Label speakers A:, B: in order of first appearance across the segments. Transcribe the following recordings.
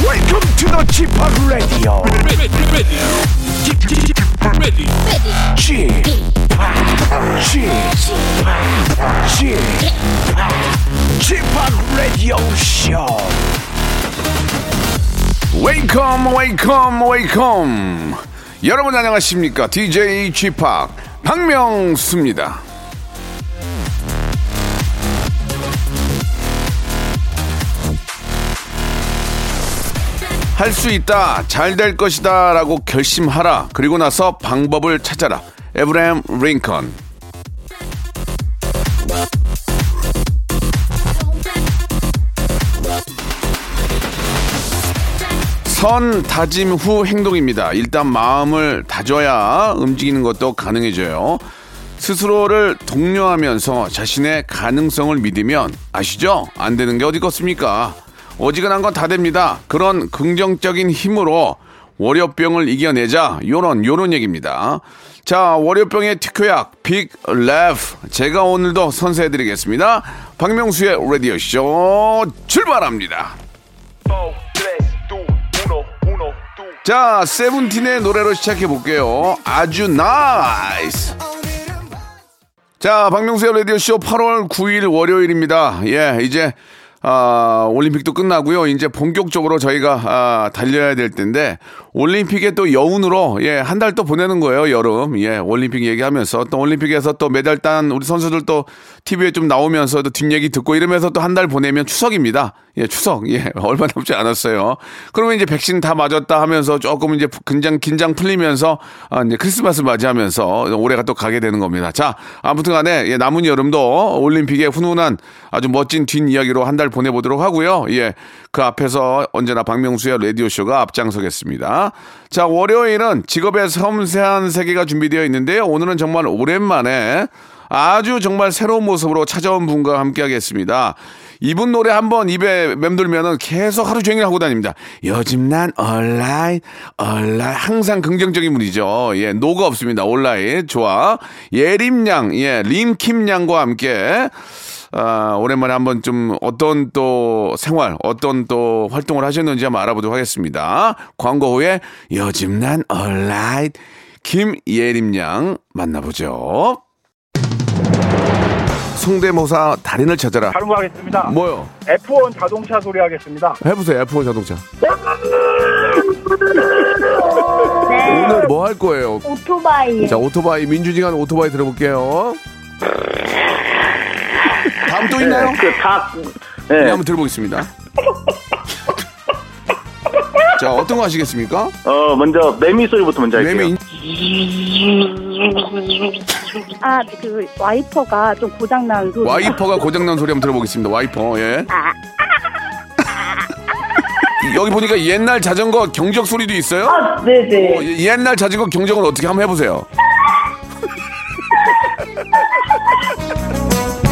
A: Welcome to the g p o p Radio.
B: ready, ready, ready, ready.
A: g p o p G-POP, G-POP Radio Show.
C: 웨이컴 웨이컴 웨이컴 여러분 안녕하십니까 DJ g p o p 박명수입니다 할 수 있다 잘 될 것이다 라고 결심하라 그리고 나서 방법을 찾아라 에브라임 링컨 선 다짐 후 행동입니다. 일단 마음을 다져야 움직이는 것도 가능해져요. 스스로를 독려하면서 자신의 가능성을 믿으면 아시죠? 안 되는 게 어디 겠습니까? 어지간한 건 다 됩니다. 그런 긍정적인 힘으로 월요병을 이겨내자 요런 요런 얘기입니다. 자 월요병의 특효약 빅 레프 제가 오늘도 선사해드리겠습니다. 박명수의 라디오 쇼 출발합니다. 자, 세븐틴의 노래로 시작해 볼게요. 아주 나이스. 자, 박명수의 라디오쇼 8월 9일 월요일입니다. 예, 이제, 아, 올림픽도 끝나고요. 이제 본격적으로 저희가, 아, 달려야 될 텐데, 올림픽에 또 여운으로, 예, 한 달 또 보내는 거예요, 여름. 예, 올림픽 얘기하면서, 또 올림픽에서 또 메달 딴 우리 선수들 또 TV에 좀 나오면서 또 뒷얘기 듣고 이러면서 또 한 달 보내면 추석입니다. 예, 추석. 예, 얼마 남지 않았어요. 그러면 이제 백신 다 맞았다 하면서 조금 이제 그 긴장, 긴장 풀리면서, 아, 이제 크리스마스 맞이하면서 올해가 또 가게 되는 겁니다. 자, 아무튼 간에, 예, 남은 여름도 올림픽의 훈훈한 아주 멋진 뒷이야기로 한 달 보내보도록 하고요. 예, 그 앞에서 언제나 박명수의 라디오쇼가 앞장서겠습니다. 자, 월요일은 직업의 섬세한 세계가 준비되어 있는데요. 오늘은 정말 오랜만에 아주 정말 새로운 모습으로 찾아온 분과 함께 하겠습니다. 이분 노래 한번 입에 맴돌면은 계속 하루 종일 하고 다닙니다. 요즘 난 얼라인, 얼라인. 항상 긍정적인 분이죠. 예, 노가 없습니다. 온라인. 좋아. 예림양, 예, 림킴양과 함께. 아, 오랜만에 한번 좀 어떤 또 생활, 어떤 또 활동을 하셨는지 한번 알아보도록 하겠습니다. 광고 후에 요즘 난 얼라인 김예림양 만나보죠. 송대모사 달인을 찾아라.
D: 발음하겠습니다.
C: 뭐요?
D: F1 자동차 소리 하겠습니다.
C: 해보세요 F1 자동차 오늘 뭐 할 거예요?
E: 오토바이.
C: 자 오토바이 민주지간 오토바이 들어볼게요 다음 또 있나요?
D: 그닭
C: 네
D: 네.
C: 한번 들어보겠습니다 자 어떤 거 하시겠습니까?
D: 어 먼저 매미 소리부터 먼저 할게요.
C: 매미 인-
E: 아, 그 와이퍼가 좀 고장난 소리.
C: 와이퍼가 고장난 소리 한번 들어보겠습니다 와이퍼 예 여기 보니까 옛날 자전거 경적 소리도 있어요?
E: 아, 네네.
C: 어, 예- 옛날 자전거 경적을 어떻게 한번 해보세요.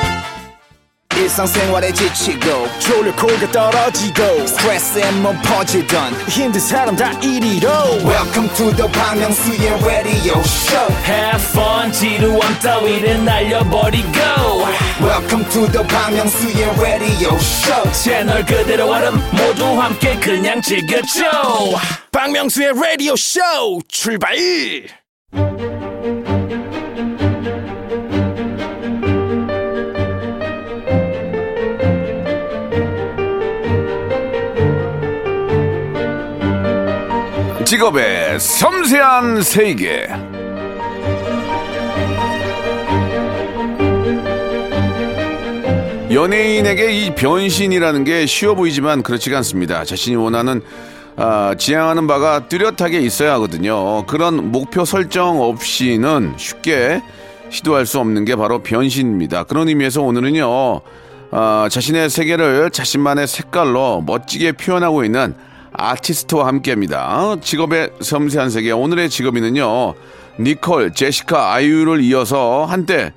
F: 일상생활에 지치고, 졸려 코가 떨어지고, 스트레스에 몸 퍼지던, 힘든 사람 다 이리로. welcome to the Bang Myung-soo's radio show
G: Have fun 지루함 따위를 날려버리고
F: welcome to the Bang Myung-soo's radio show
G: 채널 그대로 얼음 모두 함께 그냥 즐겨줘
F: 박명수의 radio show 출발
C: 직업의 섬세한 세계. 연예인에게 이 변신이라는 게 쉬워 보이지만 그렇지가 않습니다. 자신이 원하는 아, 지향하는 바가 뚜렷하게 있어야 하거든요. 그런 목표 설정 없이는 쉽게 시도할 수 없는 게 바로 변신입니다. 그런 의미에서 오늘은요, 아, 자신의 세계를 자신만의 색깔로 멋지게 표현하고 있는 아티스트와 함께합니다. 직업의 섬세한 세계 오늘의 직업인은요, 니콜, 제시카, 아이유를 이어서 한때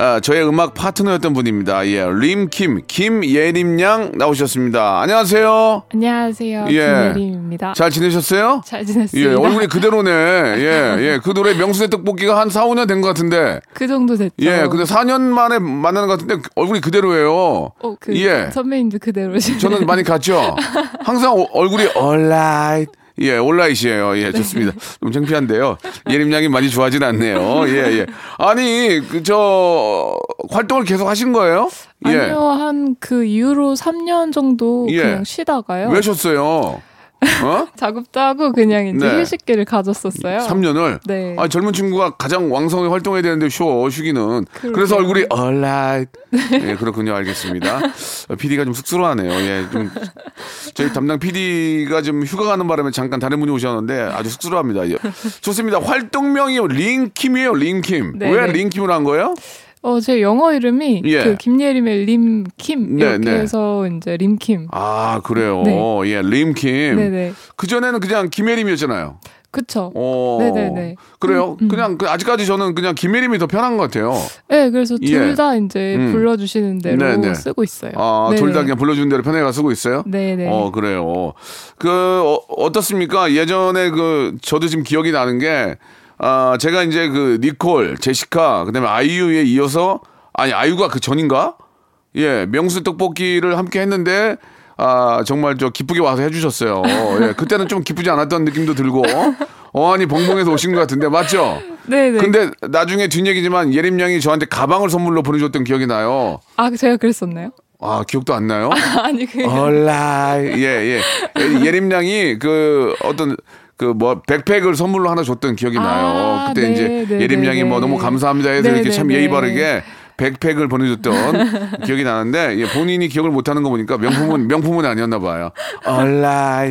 C: 아, 저의 음악 파트너였던 분입니다. 예, 림킴 김예림 양 나오셨습니다. 안녕하세요.
H: 안녕하세요.
C: 예.
H: 김예림입니다.
C: 잘 지내셨어요?
H: 잘
C: 예,
H: 지냈습니다.
C: 얼굴이 그대로네. 예, 예. 그 노래 명수의 떡볶이가 한 4, 5년 된 것 같은데.
H: 그 정도 됐죠.
C: 예, 근데 4년 만에 만나는 것 같은데 얼굴이 그대로예요.
H: 어, 그
C: 예.
H: 선배님도 그대로시네요.
C: 저는 많이 갔죠. 항상 오- 얼굴이 얼라이트. 예, 온라인이에요. 예, 좋습니다. 좀 창피한데요. 예림양이 많이 좋아하진 않네요. 예, 예. 아니, 그, 저, 활동을 계속 하신 거예요? 예.
H: 아니요, 한 그 이후로 3년 정도
C: 예.
H: 그냥 쉬다가요.
C: 왜 쉬었어요? 어?
H: 작업도 하고 그냥 이제
C: 네.
H: 휴식기를 가졌었어요.
C: 3년을?
H: 네.
C: 아, 젊은 친구가 가장 왕성히 활동해야 되는데, 쇼, 쉬기는.
H: 그러게요.
C: 그래서 얼굴이 얼라이트. 예, 그렇군요. 알겠습니다. PD가 좀 쑥스러워하네요. 예, 좀. 저희 담당 PD가 좀 휴가 가는 바람에 잠깐 다른 분이 오셨는데 아주 쑥스러워합니다. 예. 좋습니다. 활동명이 링킴이에요, 링킴.
H: 네,
C: 왜
H: 네.
C: 링킴으로 한 거예요?
H: 어, 제 영어 이름이
C: 예.
H: 그 김예림의 림킴
C: 네,
H: 이렇게
C: 네.
H: 해서 이제 림킴.
C: 아, 그래요.
H: 네.
C: 예, 링킴.
H: 네네.
C: 그전에는 그냥 김예림이었잖아요.
H: 그쵸.
C: 어.
H: 네네네. 음,
C: 그래요? 그냥, 그 아직까지 저는 그냥 김예림이 더 편한 것 같아요.
H: 네, 그래서 둘
C: 예.
H: 다 이제
C: 음.
H: 불러주시는 대로
C: 네, 네.
H: 쓰고 있어요.
C: 아,
H: 네네.
C: 둘 다 그냥 불러주는 대로 편하게 쓰고 있어요?
H: 네네.
C: 어, 그래요. 그, 어, 떻습니까 예전에 그, 저도 지금 기억이 나는 게, 아, 제가 이제 그, 니콜, 제시카, 그 다음에 아이유에 이어서, 아니, 아이유가 그 전인가? 예, 명수 떡볶이를 함께 했는데, 아, 정말 저 기쁘게 와서 해주셨어요. 예, 그때는 좀 기쁘지 않았던 느낌도 들고, 어안이 벙벙해서 오신 것 같은데, 맞죠?
H: 네네.
C: 근데 나중에 뒷얘기지만 예림 양이 저한테 가방을 선물로 보내줬던 기억이 나요.
H: 아, 제가 그랬었나요?
C: 아, 기억도 안 나요?
H: 아니, 그.
C: 얼라 예, 예. 예림양이 그 어떤 그 뭐 백팩을 선물로 하나 줬던 기억이
H: 아,
C: 나요. 그때
H: 네,
C: 이제
H: 네,
C: 예림양이
H: 네,
C: 뭐
H: 네.
C: 너무 감사합니다 해서
H: 네,
C: 이렇게
H: 네,
C: 참
H: 네.
C: 예의 바르게 백팩을 보내줬던 기억이 나는데 예, 본인이 기억을 못하는 거 보니까 명품은 명품은 아니었나 봐요. 얼라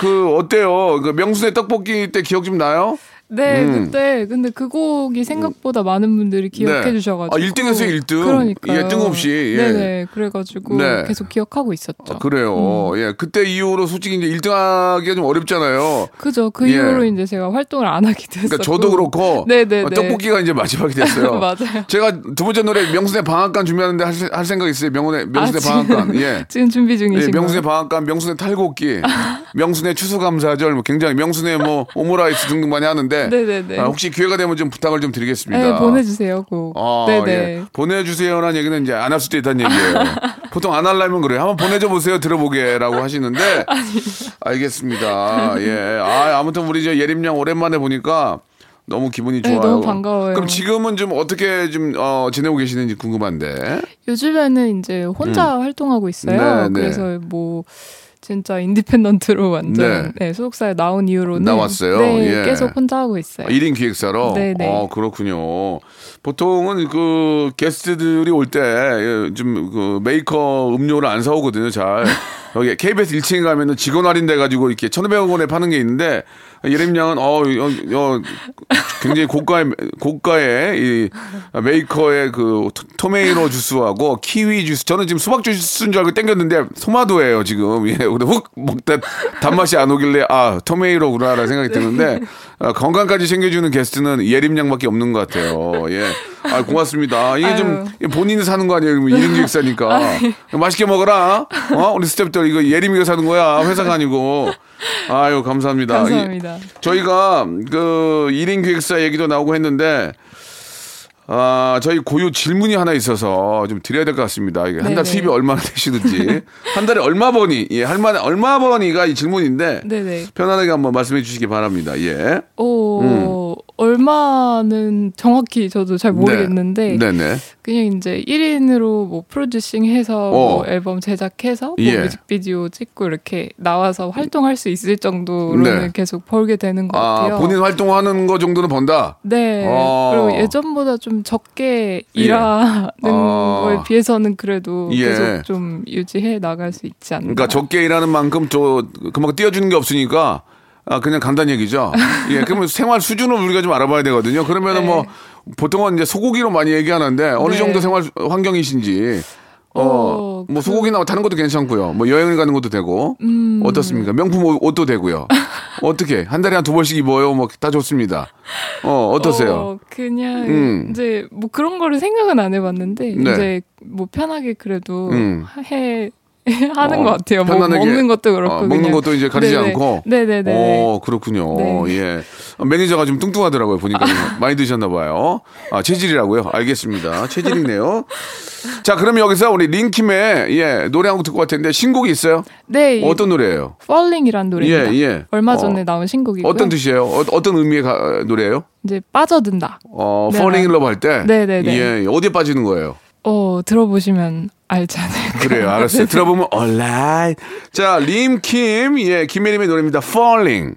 C: 그 어때요? 그 명수의 떡볶이 때 기억 좀 나요?
H: 네,
C: 음.
H: 그때 근데 그 곡이 생각보다 많은 분들이 기억해
C: 네.
H: 주셔가지고
C: 아, 1등 했어요, 1등.
H: 그러니까
C: 예, 뜬금없이, 예.
H: 네네 그래가지고
C: 네.
H: 계속 기억하고 있었죠.
C: 아, 그래요.
H: 음.
C: 예, 그때 이후로 솔직히 이제 1등하기가 좀 어렵잖아요.
H: 그죠. 그
C: 예.
H: 이후로 이제 제가 활동을 안 하게 됐었고.
C: 그러니까 저도 그렇고
H: 네네네.
C: 어, 떡볶이가 이제 마지막이 됐어요.
H: 맞아요.
C: 제가 두 번째 노래 명수의 방앗간 준비하는데 할, 할 생각 있어요. 명훈의 명수의 방앗간.
H: 아, 지금,
C: 예.
H: 지금 준비
C: 예,
H: 중이신 거.
C: 명순의 방앗간, 명순의 탈곡기, 명순의 추수감사절, 뭐 굉장히 명순의 뭐 오므라이스 등등 많이 하는데
H: 네네네.
C: 아, 혹시 기회가 되면 좀 부탁을 좀 드리겠습니다.
H: 네, 보내주세요 곡.
C: 아,
H: 네네.
C: 예. 보내주세요라는 얘기는 이제 안 할 수도 있다는 얘기예요. 보통 안 하려면 그래요. 한번 보내줘 보세요. 들어보게라고 하시는데 알겠습니다. 예. 아, 아무튼 우리 저 예림양 오랜만에 보니까 너무 기분이
H: 네,
C: 좋아요.
H: 너무 반가워요.
C: 그럼 지금은 좀 어떻게 좀 어, 지내고 계시는지 궁금한데.
H: 요즘에는 이제 혼자 활동하고 있어요.
C: 음. 네, 네.
H: 그래서 뭐 진짜 인디펜던트로 완전 네, 소속사에 나온 이후로는
C: 나왔어요?
H: 네,
C: 예.
H: 계속 혼자 하고 있어요.
C: 아, 1인 기획사로.
H: 네, 네.
C: 어, 그렇군요. 보통은 그 게스트들이 올 때 좀 그 메이커 음료를 안 사오거든요, 잘. 여기 KBS 1층에 가면은 직원 할인돼 가지고 이렇게 1,500원에 파는 게 있는데 예림양은 어, 여, 여 굉장히 고가의 고가의 이 아, 메이커의 그 토- 토메이로 주스하고 키위 주스. 저는 지금 수박 주스인 줄 알고 땡겼는데 소마도예요, 지금. 예. 근데 훅 먹다 단맛이 안 오길래 아, 토메이로구나라는 생각이 드는데 아, 건강까지 챙겨주는 게스트는 예림양밖에 없는 것 같아요. 예. 아, 고맙습니다. 이게 좀 본인이 사는 거 아니에요? 이런 기획사니까. 맛있게 먹어라. 어? 우리 스탭들 이거 예림이가 사는 거야. 회사가 아니고. 아유, 감사합니다.
H: 감사합니다.
C: 저희가 그 1인 기획사 얘기도 나오고 했는데 아, 저희 고유 질문이 하나 있어서 좀 드려야 될 것 같습니다. 이게 한 달
H: 네네.
C: 수입이 얼마나 되시는지. 한 달에 얼마 버니? 예, 할 만한 얼마 버니가 이 질문인데
H: 네네.
C: 편안하게 한번 말씀해 주시기 바랍니다. 예.
H: 오,
C: 음.
H: 얼마는 정확히 저도 잘 모르겠는데
C: 네, 네.
H: 그냥 이제 1인으로 뭐 프로듀싱해서
C: 어.
H: 뭐 앨범 제작해서 뭐
C: 예.
H: 뮤직비디오 찍고 이렇게 나와서 활동할 수 있을 정도로는
C: 네.
H: 계속 벌게 되는 것
C: 아,
H: 같아요.
C: 본인 활동하는 거 정도는 번다.
H: 네.
C: 어.
H: 그리고 예전보다 좀 적게
C: 예.
H: 일하는
C: 아.
H: 거에 비해서는 그래도
C: 예.
H: 계속 좀 유지해 나갈 수 있지 않나.
C: 그러니까 적게 일하는 만큼 저 그만큼 띄워주는 게 없으니까 아 그냥 간단 얘기죠. 예, 그러면 생활 수준을 우리가 좀 알아봐야 되거든요. 그러면은
H: 네.
C: 뭐 보통은 이제 소고기로 많이 얘기하는데 어느
H: 네.
C: 정도 생활 환경이신지 어,
H: 그- 음.
C: 뭐 소고기나 다른 것도 괜찮고요. 뭐 여행을 가는 것도 되고 어떻습니까? 명품 옷- 옷도 되고요. 어떻게 한 달에 한 두 벌씩 입어요. 뭐 다 좋습니다. 어 어떠세요?
H: 어, 그냥
C: 음.
H: 이제 뭐 그런 거를 생각은 안 해봤는데
C: 네.
H: 이제 뭐 편하게 그래도
C: 음.
H: 해 하는
C: 어,
H: 것 같아요. 뭐
C: 편안하게,
H: 먹는 것도 그렇고
C: 어, 먹는
H: 그냥.
C: 것도 이제 가리지
H: 네네.
C: 않고?
H: 네네네.
C: 어 그렇군요.
H: 네.
C: 예. 아, 매니저가 좀 뚱뚱하더라고요. 보니까 많이 드셨나 봐요. 아 체질이라고요? 알겠습니다. 체질이네요. 자 그러면 여기서 우리 링킴의 예 노래 한 곡 듣고 갈 텐데 신곡이 있어요?
H: 네.
C: 어떤 노래예요?
H: Falling이란 노래입니다.
C: 예, 예.
H: 얼마
C: 어.
H: 전에 나온 신곡이고요.
C: 어떤 뜻이에요? 어, 어떤 의미의 가- 노래예요?
H: 이제 빠져든다.
C: 어
H: 네,
C: falling in
H: 네.
C: love 할 때.
H: 네, 네, 네.
C: 예 어디에 빠지는 거예요?
H: 어 들어보시면 알지 않을까.
C: 그래요. 알았어요.
H: 네.
C: 들어보면 alright. 자, 림킴 예, 김혜림의 노래입니다. Falling.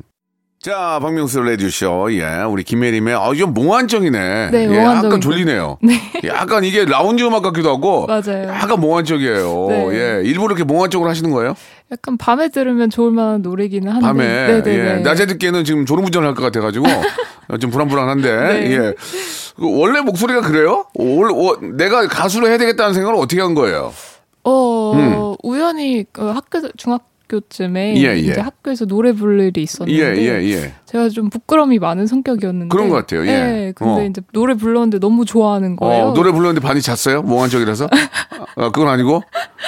C: 자, 박명수 레디쇼 예, 우리 김혜림의 아, 이거 몽환적이네.
H: 네,
C: 예, 약간
H: 몽환적이고.
C: 졸리네요.
H: 네.
C: 약간 이게 라운지 음악 같기도 하고.
H: 맞아요.
C: 약간 몽환적이에요.
H: 네.
C: 예, 일부러 이렇게 몽환적으로 하시는 거예요?
H: 약간 밤에 들으면 좋을 만한 노래기는 한데.
C: 밤에
H: 네네네.
C: 예, 낮에 듣기에는 지금 졸음운전을 할 것 같아가지고 어, 좀 불안불안한데
H: 네.
C: 예. 그 원래 목소리가 그래요? 원- 원- 내가 가수로 해야 되겠다는 생각을 어떻게 한 거예요?
H: 어
C: 음.
H: 우연히 그 학교 중학교쯤에
C: 예, 예.
H: 이제 학교에서 노래 부를 일이 있었는데.
C: 예, 예, 예.
H: 제가 좀 부끄러움이 많은 성격이었는데 네,
C: 그런 것 같아요, 예.
H: 근데
C: 어.
H: 이제 노래 불렀는데 너무 좋아하는 거예요. 네,
C: 어, 노래 불렀는데 반이 잤어요? 몽환적이라서? 아, 그건 아니고?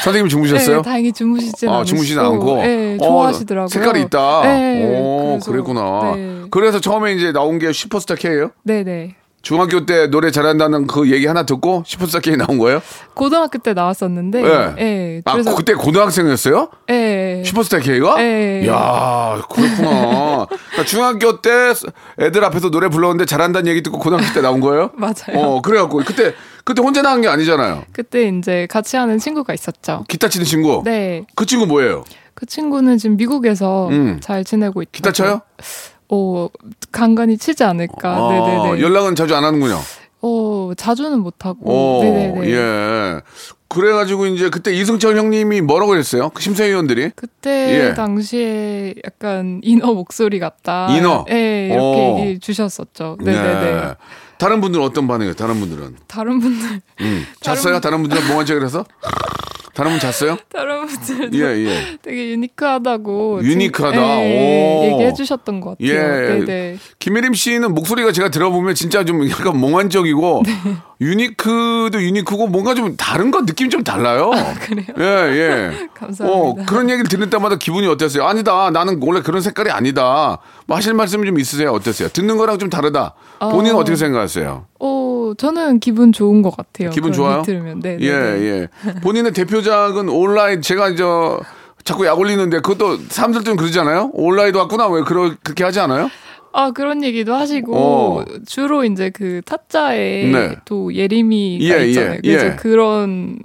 C: 선생님 주무셨어요?
H: 네, 다행히 주무시진
C: 아,
H: 않으시고
C: 주무시진 않고.
H: 네,
C: 어,
H: 좋아하시더라고요.
C: 색깔이 있다.
H: 네,
C: 오,
H: 그래서,
C: 그랬구나
H: 네.
C: 그래서 처음에 이제 나온 게 슈퍼스타 K예요?
H: 네, 네.
C: 중학교 때 노래 잘한다는 그 얘기 하나 듣고 슈퍼스타 K 나온 거예요?
H: 고등학교 때 나왔었는데
C: 예.
H: 예.
C: 아,
H: 그래서
C: 그때 고등학생이었어요?
H: 예.
C: 슈퍼스타 K가?
H: 예.
C: 야, 그렇구나. 그러니까 중학교 때 애들 앞에서 노래 불렀는데 잘한다는 얘기 듣고 고등학교 때 나온 거예요?
H: 맞아요.
C: 어, 그래갖고 그때 그때 혼자 나온 게 아니잖아요.
H: 그때 이제 같이 하는 친구가 있었죠.
C: 기타 치는 친구.
H: 네.
C: 그 친구 뭐예요?
H: 그 친구는 지금 미국에서
C: 음.
H: 잘 지내고 있다.
C: 기타 쳐요?
H: 어, 간간히 치지 않을까.
C: 아,
H: 네네네.
C: 연락은 자주 안 하는군요.
H: 어, 자주는 못 하고.
C: 오,
H: 음, 네네네.
C: 어, 예. 그래가지고 이제 그때 이승철 형님이 뭐라고 그랬어요? 그 심사위원들이?
H: 그때
C: 예.
H: 당시에 약간 인어 목소리 같다.
C: 인어?
H: 예,
C: 오.
H: 이렇게 얘기해 주셨었죠. 네네네.
C: 예. 다른 분들은 어떤 반응이에요? 다른 분들은
H: 다른 분들,
C: 음. 잤어요? 다른 분들은 몽환 척이라서 다른 분 잤어요?
H: 다른 분들.
C: 예,
H: 도
C: 예.
H: 되게 유니크하다고. 진-
C: 유니크하다.
H: 예,
C: 오.
H: 얘기해 주셨던 것 같아요.
C: 예.
H: 네네.
C: 김혜림 씨는 목소리가 제가 들어보면 진짜 좀 약간 몽환적이고
H: 네.
C: 유니크도 유니크고 뭔가 좀 다른 거 느낌 이좀 달라요.
H: 아, 그래요?
C: 예, 예.
H: 감사합니다.
C: 어, 그런 얘기를 들을 때마다 기분이 어땠어요? 아니다. 나는 원래 그런 색깔이 아니다. 뭐 하실 말씀 좀 있으세요? 어땠어요? 듣는 거랑 좀 다르다. 본인은
H: 어.
C: 어떻게 생각하세요?
H: 어, 저는 기분 좋은 것 같아요.
C: 기분
H: 그런
C: 좋아요?
H: 얘기 들으면. 네.
C: 예, 예. 본인의 대표작은 온라인 제가 저 자꾸 약 올리는데 그것도 사람들 좀 그러잖아요. 온라인도 왔구나. 왜 그러, 그렇게 하지 않아요?
H: 아 그런 얘기도 하시고
C: 어.
H: 주로 이제 그 타짜에
C: 네.
H: 또 예림이가
C: 예,
H: 있잖아요.
C: 예,
H: 그래서
C: 예.
H: 그런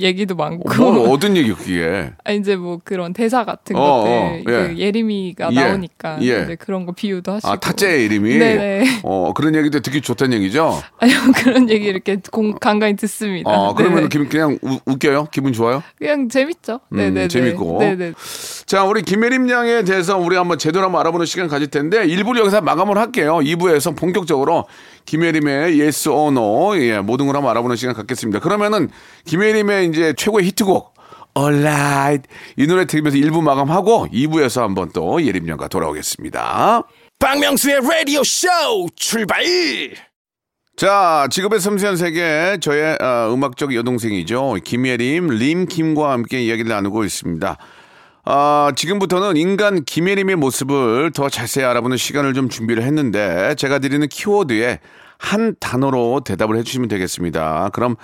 H: 얘기도 많고
C: 뭐 얻은 얘기 그게.
H: 아, 이제 뭐 그런 대사 같은
C: 어,
H: 것들
C: 어, 예.
H: 그 예림이가
C: 예,
H: 나오니까
C: 예.
H: 이제 그런 거 비유도 하시고
C: 아, 타짜의 이름이.
H: 네네
C: 어, 그런 얘기도 듣기 좋다는 얘기죠?
H: 아니요 그런 얘기 이렇게 공, 간간히 듣습니다.
C: 어, 그러면
H: 아, 네네.
C: 기, 그냥 우- 웃겨요? 기분 좋아요?
H: 그냥 재밌죠. 네네네
C: 음, 재밌고.
H: 네네
C: 자, 우리 김혜림 양에 대해서 우리 한번 제대로 한번 알아보는 시간 가질 텐데 1부를 여기서 마감을 할게요. 2부에서 본격적으로 김혜림의 Yes or No 예, 모든 걸 한번 알아보는 시간 갖겠습니다. 그러면은 김혜림의 이제 최고의 히트곡 Alright 이 노래 들으면서 1부 마감하고 2부에서 한번 또 예림 양과 돌아오겠습니다.
A: 박명수의 라디오 쇼 출발
C: 자, 직업의 섬세한 세계, 저의 아, 음악적 여동생이죠. 김예림, 림킴과 함께 이야기를 나누고 있습니다. 아, 지금부터는 인간 김예림의 모습을 더 자세히 알아보는 시간을 좀 준비를 했는데, 제가 드리는 키워드에 한 단어로 대답을 해주시면 되겠습니다. 그럼,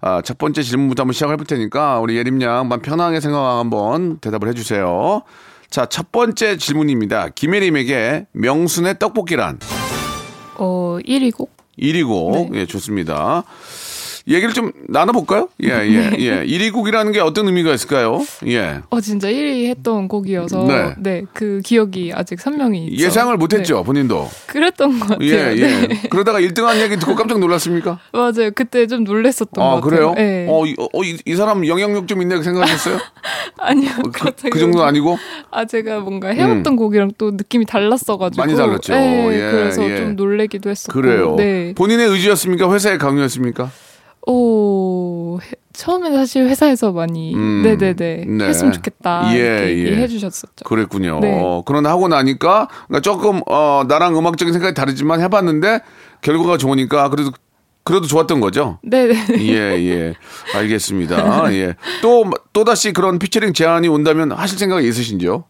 C: 아, 첫 번째 질문부터 한번 시작해 볼 테니까, 우리 예림 양만 편하게 생각 한번 대답을 해주세요. 자, 첫 번째 질문입니다. 김예림에게 명순의 떡볶이란?
H: 어 1위곡
C: 1위곡.
H: 네.
C: 예, 좋습니다. 얘기를 좀 나눠볼까요? 예, 예,
H: 네.
C: 예. 1위곡이라는 게 어떤 의미가 있을까요? 예.
H: 어 진짜 1위 했던 곡이어서
C: 네.
H: 네그 기억이 아직 선명히 있죠.
C: 예상을
H: 네.
C: 못했죠, 본인도.
H: 그랬던 것 같아요.
C: 예,
H: 네.
C: 예. 그러다가 1등한 얘기 듣고 깜짝 놀랐습니까?
H: 맞아요. 그때 좀 놀랬었던
C: 아,
H: 것 같아요.
C: 그래요?
H: 네.
C: 어, 이, 어, 이, 이 사람 영향력 좀 있네 그 생각하셨어요?
H: 아니요.
C: 그,
H: 갑자기
C: 그 정도는 아니고?
H: 아, 제가 뭔가 해왔던 곡이랑 또 느낌이
C: 음.
H: 달랐어가지고.
C: 많이 달랐죠.
H: 네,
C: 예,
H: 그래서
C: 예.
H: 좀 놀래기도 했었고.
C: 그래요.
H: 네.
C: 본인의 의지였습니까? 회사의 강요였습니까?
H: 오, 해- 처음에는 사실 회사에서 많이
C: 음,
H: 네네네
C: 네.
H: 했으면 좋겠다
C: 예,
H: 이렇게
C: 예.
H: 얘기해 주셨었죠.
C: 그랬군요.
H: 네.
C: 어, 그러나 하고 나니까 그러니까 조금 어, 나랑 음악적인 생각이 다르지만 해봤는데 결과가 좋으니까 그래도 그래도 좋았던 거죠.
H: 네네.
C: 예, 예. 알겠습니다. 예. 또, 또다시 그런 피처링 제안이 온다면 하실 생각이 있으신지요?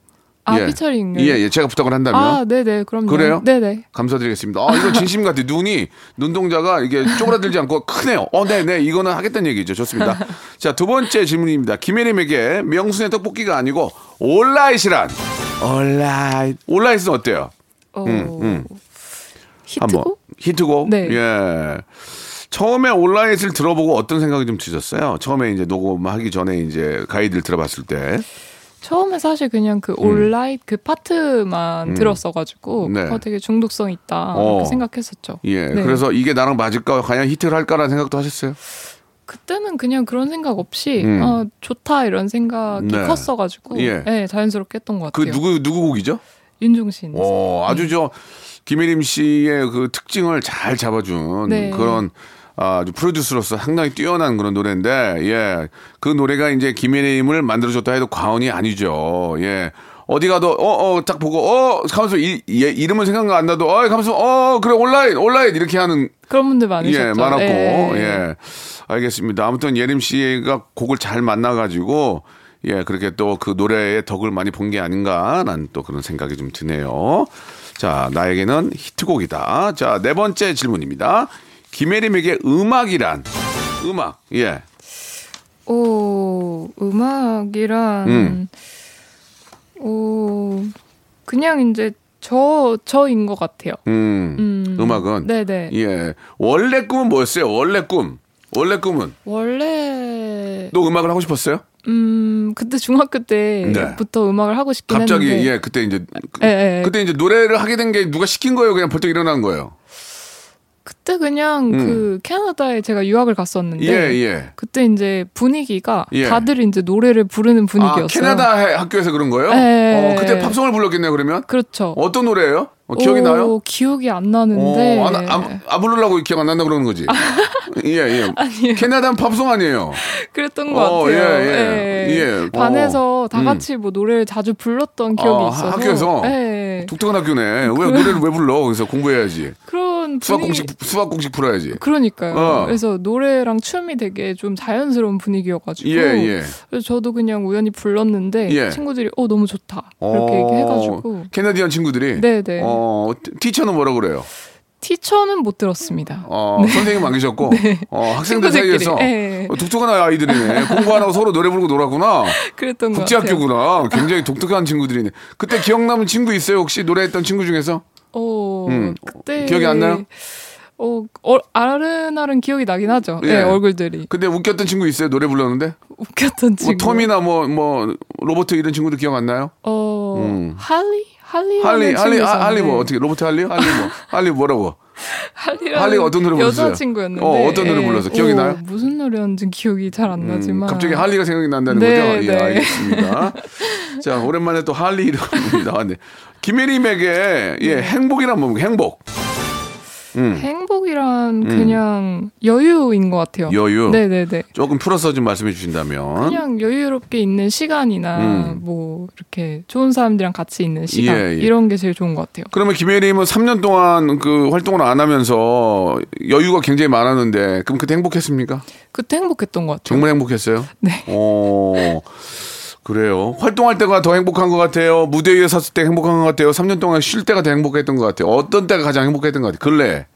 H: 아
C: 예.
H: 피처링을.
C: 예, 예. 제가 부탁을 한다면.
H: 아 네네 그럼요.
C: 그래요?
H: 네네.
C: 감사드리겠습니다. 아, 이거 진심 같아요. 눈이, 눈동자가 이게 쪼그라들지 않고 크네요. 어, 네네. 이거는 하겠다는 얘기죠. 좋습니다. 자, 두 번째 질문입니다. 김혜림에게 명순의 떡볶이가 아니고 온라인이란. 온라인. 온라인은 어때요?
H: 어,
C: 음. 한번.
H: 히트곡?
C: 히트곡.
H: 네.
C: 예. 처음에 온라인을 들어보고 어떤 생각이 좀 드셨어요? 처음에 이제 녹음하기 전에 이제 가이드를 들어봤을 때.
H: 처음에 사실 그냥 그 온라인 그 파트만 들었어가지고
C: 음. 네.
H: 어, 되게 중독성 있다
C: 어.
H: 이렇게 생각했었죠.
C: 예.
H: 네.
C: 그래서 이게 나랑 맞을까? 과연 히트를 할까라는 생각도 하셨어요?
H: 그때는 그냥 그런 생각 없이
C: 음.
H: 어, 좋다 이런 생각이
C: 네.
H: 컸어가지고
C: 예.
H: 네, 자연스럽게 했던 것
C: 그
H: 같아요.
C: 누구 누구 곡이죠?
H: 윤종신.
C: 오, 어, 아주 저 김혜림 씨의 그 특징을 잘 잡아준
H: 네.
C: 그런 아주 프로듀스로서 상당히 뛰어난 그런 노래인데, 예. 그 노래가 이제 김혜림을 만들어줬다 해도 과언이 아니죠. 예. 어디 가도, 어, 어, 딱 보고, 어, 가면서 이, 예, 이름은 생각 안 나도, 어, 가면서, 어, 그래, 온라인, 온라인, 이렇게 하는
H: 그런 분들 많으셨죠.
C: 예, 많았고.
H: 네.
C: 예. 알겠습니다. 아무튼 예림 씨가 곡을 잘 만나 가지고 예, 그렇게 또 그 노래의 덕을 많이 본 게 아닌가 라는 또 그런 생각이 좀 드네요. 자, 나에게는 히트곡이다. 자, 네 번째 질문입니다. 김혜림에게 음악이란 음악. 예.
H: 오, 음악이란,
C: 음.
H: 오, 그냥 이제 저, 저인 것 같아요.
C: 음.
H: 음.
C: 음악은
H: 네네.
C: 예. 원래 꿈은 뭐였어요? 원래 꿈. 원래 꿈은
H: 원래,
C: 또 음악을 하고 싶었어요?
H: 음, 그때 중학교 때부터 음악을 하고 싶긴
C: 네. 갑자기
H: 했는데.
C: 예, 그때 이제 그,
H: 예, 예.
C: 그때 이제 노래를 하게 된 게 누가 시킨 거예요? 그냥 벌떡 일어난 거예요?
H: 그때 그냥 그 캐나다에 제가 유학을 갔었는데.
C: 음. 예, 예.
H: 그때 이제 분위기가
C: 예.
H: 다들 이제 노래를 부르는 분위기였어요.
C: 아, 캐나다 해- 학교에서 그런 거예요?
H: 네.
C: 어, 그때 팝송을 불렀겠네요, 그러면?
H: 그렇죠.
C: 어떤 노래예요? 어, 기억이
H: 오,
C: 나요?
H: 기억이 안 나는데.
C: 어, 안, 안, 안 부르려고 기억 안 난다 그러는 거지. 예, 예.
H: 아니에요.
C: 캐나다는 팝송 아니에요.
H: 그랬던 것
C: 어,
H: 같아요.
C: 예, 예. 예, 어.
H: 반에서 다 같이 뭐 노래를 자주 불렀던 기억이
C: 아,
H: 있어서.
C: 학교에서?
H: 예.
C: 독특한 학교네. 왜 노래를 왜 불러? 그래서 공부해야지.
H: 그런
C: 수학
H: 분위기.
C: 공식 수학 공식 풀어야지.
H: 그러니까요.
C: 어.
H: 그래서 노래랑 춤이 되게 좀 자연스러운 분위기여가지고.
C: 예, 예.
H: 그래서 저도 그냥 우연히 불렀는데
C: 예.
H: 친구들이 어 너무 좋다 이렇게
C: 어,
H: 얘기해가지고.
C: 캐나디언 친구들이
H: 네네.
C: 어, 티- 티처는 뭐라 그래요?
H: 티처는 못 들었습니다.
C: 어, 선생님 안 계셨고 어, 학생들
H: 네. 친구들끼리.
C: 사이에서
H: 예.
C: 어, 독특한 아이들이네. 공부 안 하고 서로 노래 부르고 놀았구나.
H: 그랬던 것 같아요.
C: 국제학교구나. 굉장히 독특한 친구들이네. 그때 기억나는 친구 있어요? 혹시 노래했던 친구 중에서?
H: 어,
C: 음,
H: 그때
C: 기억이 안 나요?
H: 어, 어 아른아른 기억이 나긴 하죠.
C: 예.
H: 예, 얼굴들이
C: 근데 웃겼던 친구 있어요? 노래 불렀는데? 뭐
H: 웃겼던 친구.
C: 톰이나 뭐, 뭐, 로버트 이런 친구들 기억 안 나요?
H: 어 할리 할리
C: 음. 할리, 할리, 아, 할리 뭐, 어떻게, 로버트 할리요? 할리 뭐, 할리 뭐라고? 할리 어떤 노래 불렀어요?
H: 여자 친구였는데
C: 어, 어떤 노래 불렀어요? 기억이 나요?
H: 무슨 노래였는지 기억이 잘 안
C: 음,
H: 나지만
C: 갑자기 할리가 생각이 난다는
H: 네,
C: 거죠? 예,
H: 네.
C: 알겠습니다. 자, 오랜만에 또 할리 이름이 나왔네. 김혜림에게, 예, 행복이란 뭡니까? 행복. 음.
H: 행복이란 그냥 여유인 것 같아요.
C: 여유.
H: 네네네.
C: 조금 풀어서 좀 말씀해 주신다면.
H: 그냥 여유롭게 있는 시간이나
C: 음.
H: 뭐 이렇게 좋은 사람들이랑 같이 있는 시간
C: 예, 예.
H: 이런 게 제일 좋은 것 같아요.
C: 그러면 김혜림은 3년 동안 그 활동을 안 하면서 여유가 굉장히 많았는데 그럼 그때 행복했습니까?
H: 그때 행복했던 것 같아요.
C: 정말 행복했어요?
H: 네.
C: 어. 그래요. 활동할 때가 더 행복한 것 같아요. 무대 위에 섰을 때 행복한 것 같아요. 3년 동안 쉴 때가 더 행복했던 것 같아요. 어떤 때가 가장 행복했던 것 같아요? 근래.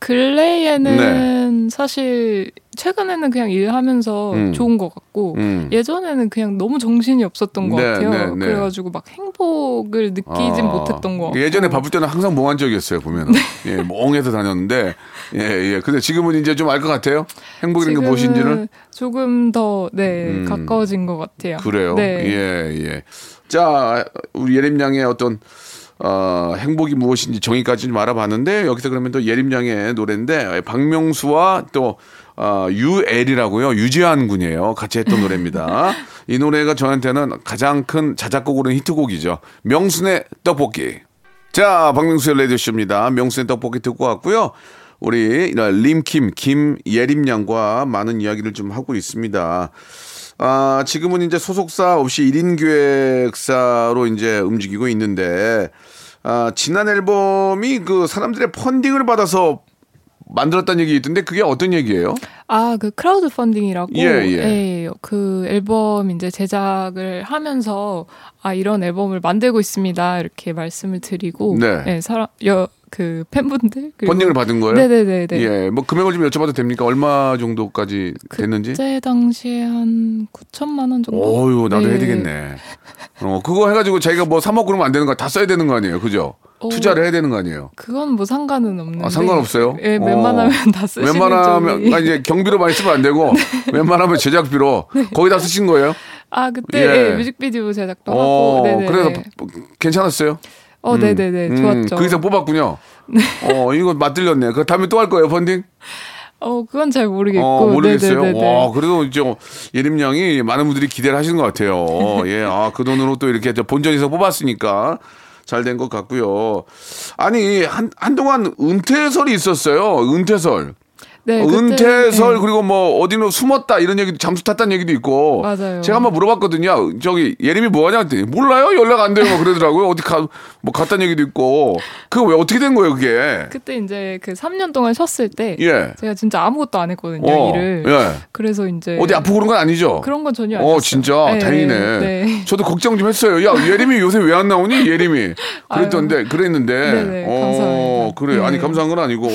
H: 근래에는 사실 최근에는 그냥 일하면서
C: 네. 음.
H: 좋은 것 같고
C: 음.
H: 예전에는 그냥 너무 정신이 없었던 것
C: 네,
H: 같아요.
C: 네, 네.
H: 그래가지고 막 행복을 느끼진
C: 아,
H: 그 못했던 네. 것 같고
C: 예전에 바쁠 때는 항상 몽환적이었어요, 보면. 예, 멍해서 다녔는데. 예, 예. 근데 지금은 이제 좀 알 것 같아요? 행복이라는 게 무엇인지를?
H: 지금은 조금 더 네,
C: 음.
H: 가까워진 것 같아요.
C: 그래요.
H: 네.
C: 예, 예. 자, 우리 예림 양의 어떤 어, 행복이 무엇인지 정의까지 좀 알아봤는데 여기서 그러면 또 예림 양의 노래인데 박명수와 또 어, 유엘이라고요. 유재환 군이에요. 같이 했던 노래입니다. 이 노래가 저한테는 가장 큰 자작곡으로는 히트곡이죠. 명순의 떡볶이. 자, 박명수의 라디오쇼입니다. 명순의 떡볶이 듣고 왔고요. 우리 림킴, 김예림 양과 많은 이야기를 좀 하고 있습니다. 아, 지금은 이제 소속사 없이 1인 기획사로 이제 움직이고 있는데, 아, 지난 앨범이 그 사람들의 펀딩을 받아서 만들었다는 얘기 있던데 그게 어떤 얘기예요?
H: 아, 그 크라우드 펀딩이라고.
C: 예, 예.
H: 그 앨범 이제 제작을 하면서 아, 이런 앨범을 만들고 있습니다. 이렇게 말씀을 드리고
C: 네.
H: 예, 사람 여, 그 팬분들 그리고
C: 펀딩을 받은 거예요?
H: 네, 네, 네, 네.
C: 예, 뭐 금액을 좀 여쭤봐도 됩니까? 얼마 정도까지 됐는지?
H: 그때 당시에 한 9천만 원 정도.
C: 어유 나도
H: 네.
C: 해야 되겠네. 어, 그거 해가지고 자기가 뭐 사먹고 그러면 안 되는 거 다 써야 되는 거 아니에요? 그죠?
H: 어.
C: 투자를 해야 되는 거 아니에요?
H: 그건 뭐 상관은 없는데.
C: 아, 상관없어요?
H: 예,
C: 어.
H: 웬만하면 다 쓰시는
C: 웬만하면,
H: 쪽이. 네.
C: 아, 이제 경비로 많이 쓰면 안 되고, 웬만하면 제작비로 거의 다 쓰신 거예요?
H: 아, 그때
C: 예.
H: 예, 뮤직비디오 제작도
C: 어,
H: 하고. 네네.
C: 그래서 음, 괜찮았어요?
H: 어, 네, 네, 네. 좋았죠. 네.
C: 그 이상 뽑았군요. 어, 이거 맞들렸네. 그 다음에 또 할 거예요, 펀딩?
H: 어, 그건 잘 모르겠고.
C: 어, 모르겠어요.
H: 네, 네, 네, 네.
C: 와, 그래도 이제 예림 양이 많은 분들이 기대를 하시는 것 같아요. 예, 아, 그 돈으로 또 이렇게 저 본전에서 뽑았으니까 잘 된 것 같고요. 아니, 한, 한동안 은퇴설이 있었어요. 은퇴설.
H: 네,
C: 어,
H: 그때-
C: 은퇴설
H: 네.
C: 그리고 뭐 어디로 숨었다 이런 얘기도 잠수 탔다는 얘기도 있고
H: 맞아요.
C: 제가 한번 물어봤거든요 저기 예림이 뭐하냐 했더니 몰라요 연락 안 돼요 막 그러더라고요 어디 가 뭐 갔다는 얘기도 있고 그거 왜 어떻게 된 거예요 그게
H: 그때 이제 그 3년 동안 쉬었을 때
C: 예.
H: 제가 진짜 아무것도 안 했거든요,
C: 어,
H: 일을.
C: 예.
H: 그래서 이제
C: 어디 아프고 그런 건 아니죠
H: 그 네. 그런 건 전혀 아니었어요.
C: 어 진짜
H: 네,
C: 다행이네.
H: 네.
C: 저도 걱정 좀 했어요. 야 예림이 요새 왜 안 나오니 예림이 그랬던데 그랬는데.
H: 네네,
C: 어
H: 감사합니다.
C: 그래 요 아니
H: 네.
C: 감사한 건 아니고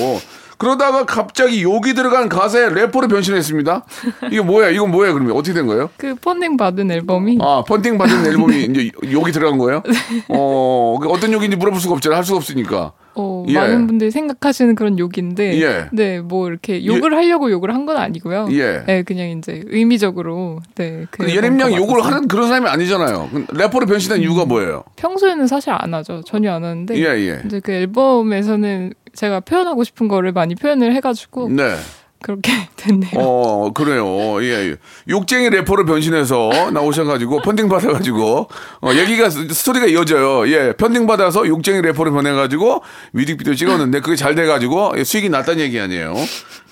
C: 그러다가 갑자기 욕이 들어간 가사에 래퍼로 변신했습니다. 이게 뭐야? 이건 뭐야? 그러면 어떻게 된 거예요?
H: 그 펀딩 받은 앨범이
C: 아 펀딩 받은 앨범이 이제 욕이 들어간 거예요? 어 어떤 욕인지 물어볼 수가 없잖아요. 할 수가 없으니까.
H: 어,
C: 예.
H: 많은 분들이 생각하시는 그런 욕인데
C: 예.
H: 네, 뭐 이렇게 욕을 하려고 욕을 한 건 아니고요.
C: 예.
H: 네, 그냥 이제 의미적으로 네. 그
C: 근데 예림 양
H: 앨범
C: 욕을
H: 받았어요.
C: 하는 그런 사람이 아니잖아요. 근데 래퍼로 변신한 이유가 뭐예요?
H: 평소에는 사실 안 하죠. 전혀 안 하는데
C: 예 예.
H: 이제 그 앨범에서는 제가 표현하고 싶은 거를 많이 표현을 해가지고
C: 네.
H: 그렇게 됐네요.
C: 어, 그래요. 예, 예. 욕쟁이 래퍼로 변신해서 나오셔가지고, 펀딩 받아가지고, 어, 얘기가, 스- 스토리가 이어져요. 예, 펀딩 받아서 욕쟁이 래퍼로 변해가지고, 뮤직비디오 찍었는데, 그게 잘 돼가지고, 예, 수익이 났다는 얘기 아니에요.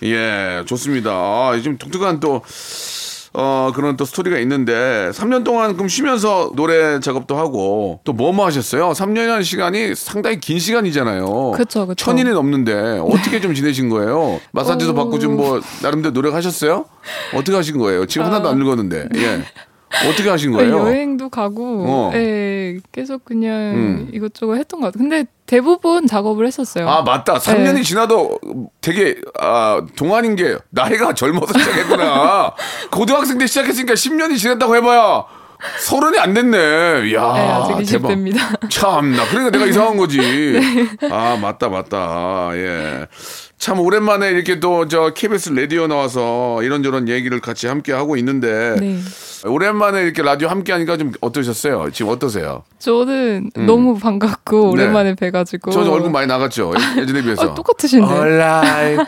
C: 예, 좋습니다. 아, 좀 독특한 또, 어, 그런 또 스토리가 있는데, 3년 동안 그럼 쉬면서 노래 작업도 하고, 또 뭐뭐 하셨어요? 3년이라는 시간이 상당히 긴 시간이잖아요.
H: 그쵸, 네. 그쵸.
C: 천인이 넘는데, 어떻게 좀 지내신 거예요? 마사지도
H: 어.
C: 받고 좀 뭐, 나름대로 노력하셨어요? 어떻게 하신 거예요? 지금 하나도 안 늙었는데, 예. 어떻게 하신 거예요?
H: 아. 네, 여행도 가고
C: 어.
H: 예, 계속 그냥
C: 음.
H: 이것저것 했던 것 같아요. 근데 대부분 작업을 했었어요.
C: 아, 맞다. 3년이
H: 네.
C: 지나도 되게, 아, 동안인 게, 나이가 젊어서 시작했구나. 고등학생 때 시작했으니까 10년이 지났다고 해봐야, 서른이 안 됐네. 이야.
H: 네, 아직
C: 대박.
H: 20대입니다. 네.
C: 참나 그러니까 내가 이상한 거지 아 맞다 맞다 아, 예참 오랜만에 이렇게 또 저 KBS 라디오 나와서 이런저런 얘기를 같이 함께 하고 있는데
H: 네.
C: 오랜만에 이렇게 라디오 함께 하니까 좀 어떠셨어요 지금 어떠세요
H: 저는 너무 반갑고
C: 음. 네.
H: 오랜만에 뵈가지고.
C: 저 얼굴 많이 나갔죠 예- 예전에 비해서
H: 그 아, 똑같으신데.
C: Alright.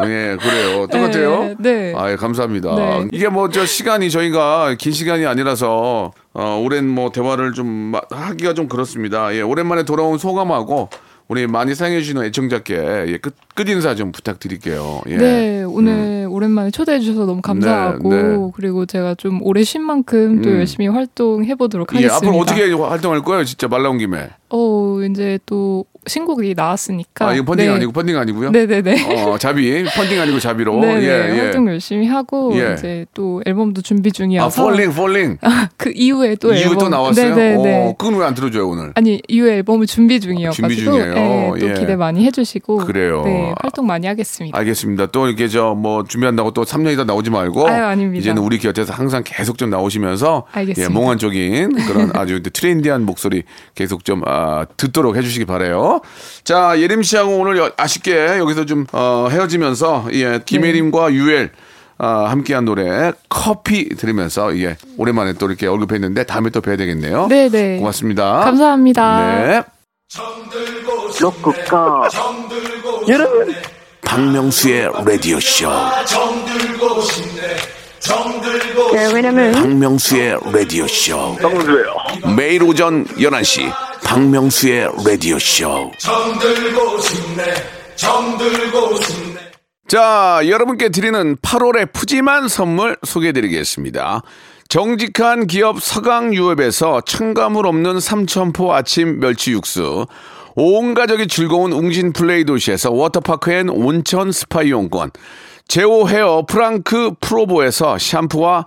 C: 예, 그래요. 똑같아요.
H: 네, 네.
C: 아, 예, 감사합니다.
H: 네.
C: 이게 뭐 저 시간이 저희가 긴 시간이 아니라서 어, 오랜 뭐 대화를 좀 마- 하기가 좀 그렇습니다. 예, 오랜만에 돌아온 소감하고 우리 많이 사랑해 주시는 애청자께 예, 끝, 끝 인사 좀 부탁드릴게요. 예.
H: 네, 오늘 오랜만에 초대해 주셔서 너무 감사하고
C: 네, 네.
H: 그리고 제가 좀 오래 쉰 만큼 또
C: 음.
H: 열심히 활동해 보도록
C: 예,
H: 하겠습니다.
C: 앞으로 어떻게 활동할 거예요? 진짜 말 나온 김에.
H: 어, 이제 또 신곡이 나왔으니까.
C: 아, 이거 펀딩
H: 네.
C: 아니고 펀딩 아니고요?
H: 네네네.
C: 어, 자비. 펀딩 아니고 자비로.
H: 네네
C: 예, 예.
H: 활동 열심히 하고
C: 예.
H: 이제 또 앨범도 준비
C: 아,
H: 중이어서
C: 폴링, 폴링.
H: 그 이후에 또
C: 이후
H: 앨범
C: 또 나왔어요?
H: 네네네
C: 어, 그건 왜 안 들어줘요, 오늘?
H: 아니 이후에 앨범을 준비 중이어가지고
C: 준비 중이에요.
H: 네, 또
C: 예.
H: 기대 많이 해주시고
C: 그래요.
H: 네, 활동 많이 하겠습니다.
C: 알겠습니다. 또 이렇게 저 뭐 준비한다고 또 3년이다 나오지 말고
H: 아유, 아닙니다.
C: 이제는 우리 곁에서 항상 계속 좀 나오시면서
H: 알겠습니다.
C: 예, 몽환적인 그런 아주 트렌디한 목소리 계속 좀 아, 듣도록 해주시기 바래요. 자 예림 씨하고 오늘 여- 아쉽게 여기서 좀 어, 헤어지면서 예,
H: 네.
C: 김예림과 유엘 아, 함께한 노래 커피 들으면서 예, 오랜만에 또 이렇게 얼굴 뵀는데 다음에 또 뵈야 되겠네요.
H: 네네.
C: 고맙습니다.
H: 감사합니다.
C: 네.
A: 로쿠꺼 여러분 박명수의 라디오 쇼
E: 왜냐면
A: 박명수의 라디오 쇼
D: 박명수예요.
A: 매일 오전 11시 박명수의 라디오 쇼
C: 자, 여러분께 드리는 8월의 푸짐한 선물 소개해드리겠습니다. 정직한 기업 서강유업에서 첨가물 없는 삼천포 아침 멸치 육수, 온 가족이 즐거운 웅진 플레이 도시에서 워터파크 앤 온천 스파 이용권, 제오 헤어 프랑크 프로보에서 샴푸와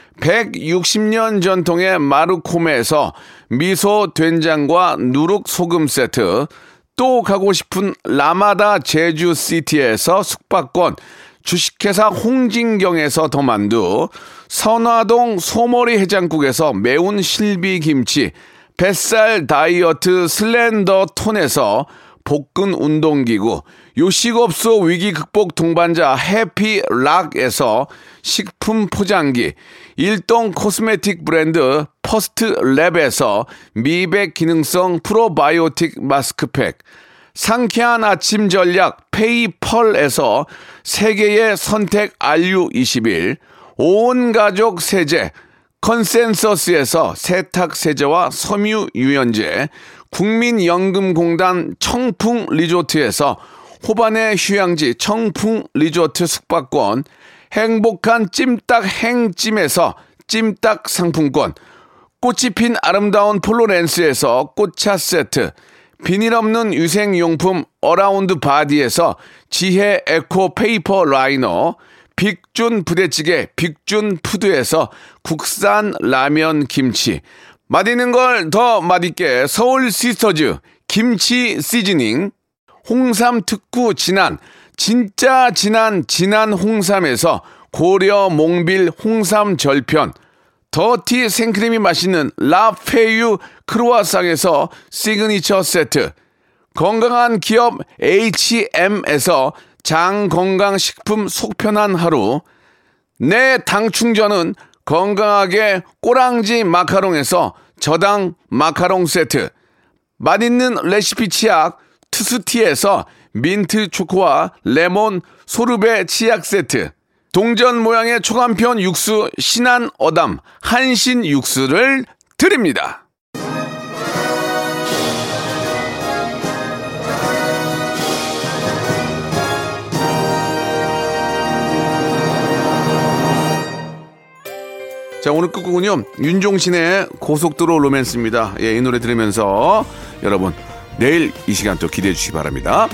C: 160년 전통의 마르코메에서 미소 된장과 누룩 소금 세트, 또 가고 싶은 라마다 제주시티에서 숙박권, 주식회사 홍진경에서 더만두, 선화동 소머리 해장국에서 매운 실비김치, 뱃살 다이어트 슬렌더 톤에서 복근 운동기구, 요식업소 위기 극복 동반자 해피락에서 식품 포장기, 일동 코스메틱 브랜드 퍼스트랩에서 미백 기능성 프로바이오틱 마스크팩, 상쾌한 아침 전략 페이펄에서 세계의 선택 RU21, 온 가족 세제, 컨센서스에서 세탁 세제와 섬유 유연제, 국민연금공단 청풍 리조트에서 호반의 휴양지 청풍 리조트 숙박권, 행복한 찜닭 행찜에서 찜닭 상품권, 꽃이 핀 아름다운 폴로렌스에서 꽃차 세트, 비닐 없는 유생용품 어라운드 바디에서 지혜 에코 페이퍼 라이너, 빅준 부대찌개 빅준 푸드에서 국산 라면 김치, 맛있는 걸 더 맛있게 서울 시스터즈 김치 시즈닝, 홍삼 특구 진한, 진짜 진한 진한 홍삼에서 고려 몽빌 홍삼 절편, 더티 생크림이 맛있는 라페유 크루아상에서 시그니처 세트 건강한 기업 HM에서 장건강식품 속편한 하루 내 당 충전은 건강하게 꼬랑지 마카롱에서 저당 마카롱 세트 맛있는 레시피 치약 투스티에서 민트 초코와 레몬 소르베 치약 세트 동전 모양의 초간편 육수 신한 어담 한신 육수를 드립니다. 자 오늘 끝곡은요 윤종신의 고속도로 로맨스입니다. 예, 이 노래 들으면서 여러분 내일 이 시간 또 기대해 주시기 바랍니다.